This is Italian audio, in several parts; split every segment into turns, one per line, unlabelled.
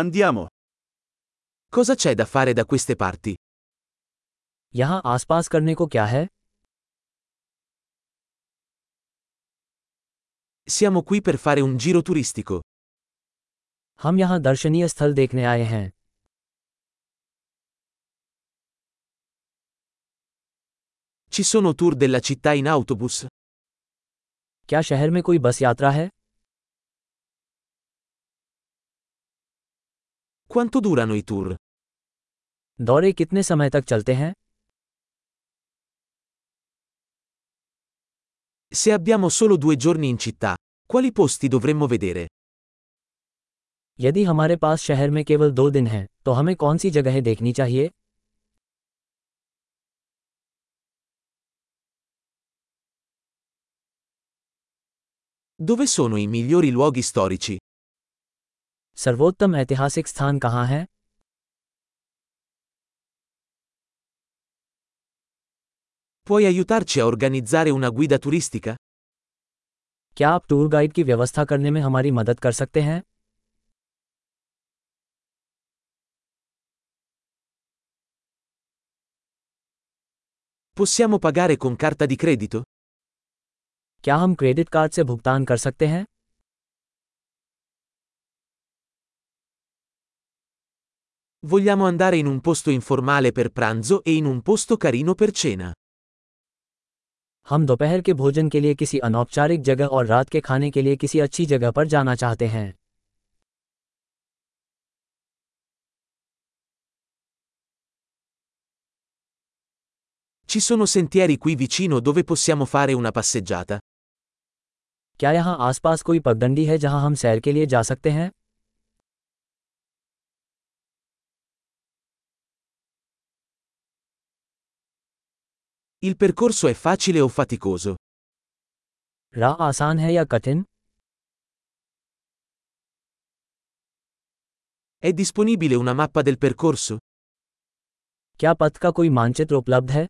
Andiamo. Cosa c'è da fare da queste parti?
यहाँ आसपास करने को क्या है
Siamo qui per fare un giro turistico.
हम यहाँ दर्शनीय स्थल देखने आए हैं
Ci sono tour della città in autobus?
क्या शहर में कोई बस यात्रा है
Quanto durano i tour?
दौरे कितने समय तक चलते हैं
Se abbiamo solo due giorni in città, quali posti dovremmo vedere?
यदि हमारे पास शहर में केवल दो दिन हैं तो हमें कौन सी जगहें देखनी चाहिए
Dove sono i migliori luoghi storici?
सर्वोत्तम ऐतिहासिक स्थान कहाँ है
Puoi aiutarci a organizzare una guida turistica?
क्या आप टूर गाइड की व्यवस्था करने में हमारी मदद कर सकते हैं
Possiamo pagare con carta di credito?
क्या हम क्रेडिट कार्ड से भुगतान कर सकते हैं
Vogliamo andare in un posto informale per pranzo e in un posto carino per cena.
हम दोपहर के भोजन के लिए किसी अनौपचारिक जगह और रात के खाने के लिए किसी अच्छी जगह पर जाना चाहते हैं
Ci sono sentieri qui vicino dove possiamo fare una passeggiata.
क्या यहाँ आसपास कोई पगडंडी है जहाँ हम सैर के लिए जा सकते हैं
Il percorso è facile o faticoso?
राह आसान है या कठिन
È disponibile una mappa del percorso?
क्या पथ का कोई मानचित्र उपलब्ध है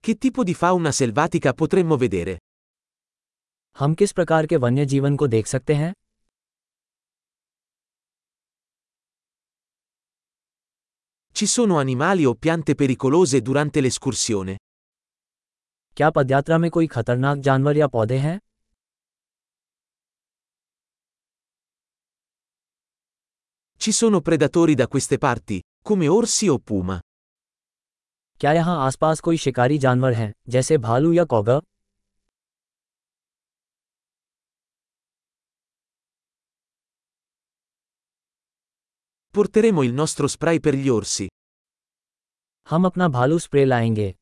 Che tipo di fauna selvatica potremmo vedere?
हम किस प्रकार के वन्य जीवन को देख सकते हैं
Ci sono animali o piante pericolose durante l'escursione?
क्या पदयात्रा में कोई खतरनाक जानवर या पौधे हैं
Ci sono predatori da queste parti, come orsi o puma.
क्या यहाँ आसपास कोई शिकारी जानवर हैं जैसे भालू या कौगा
Porteremo il nostro spray per gli orsi.
हम अपना भालू स्प्रे लाएंगे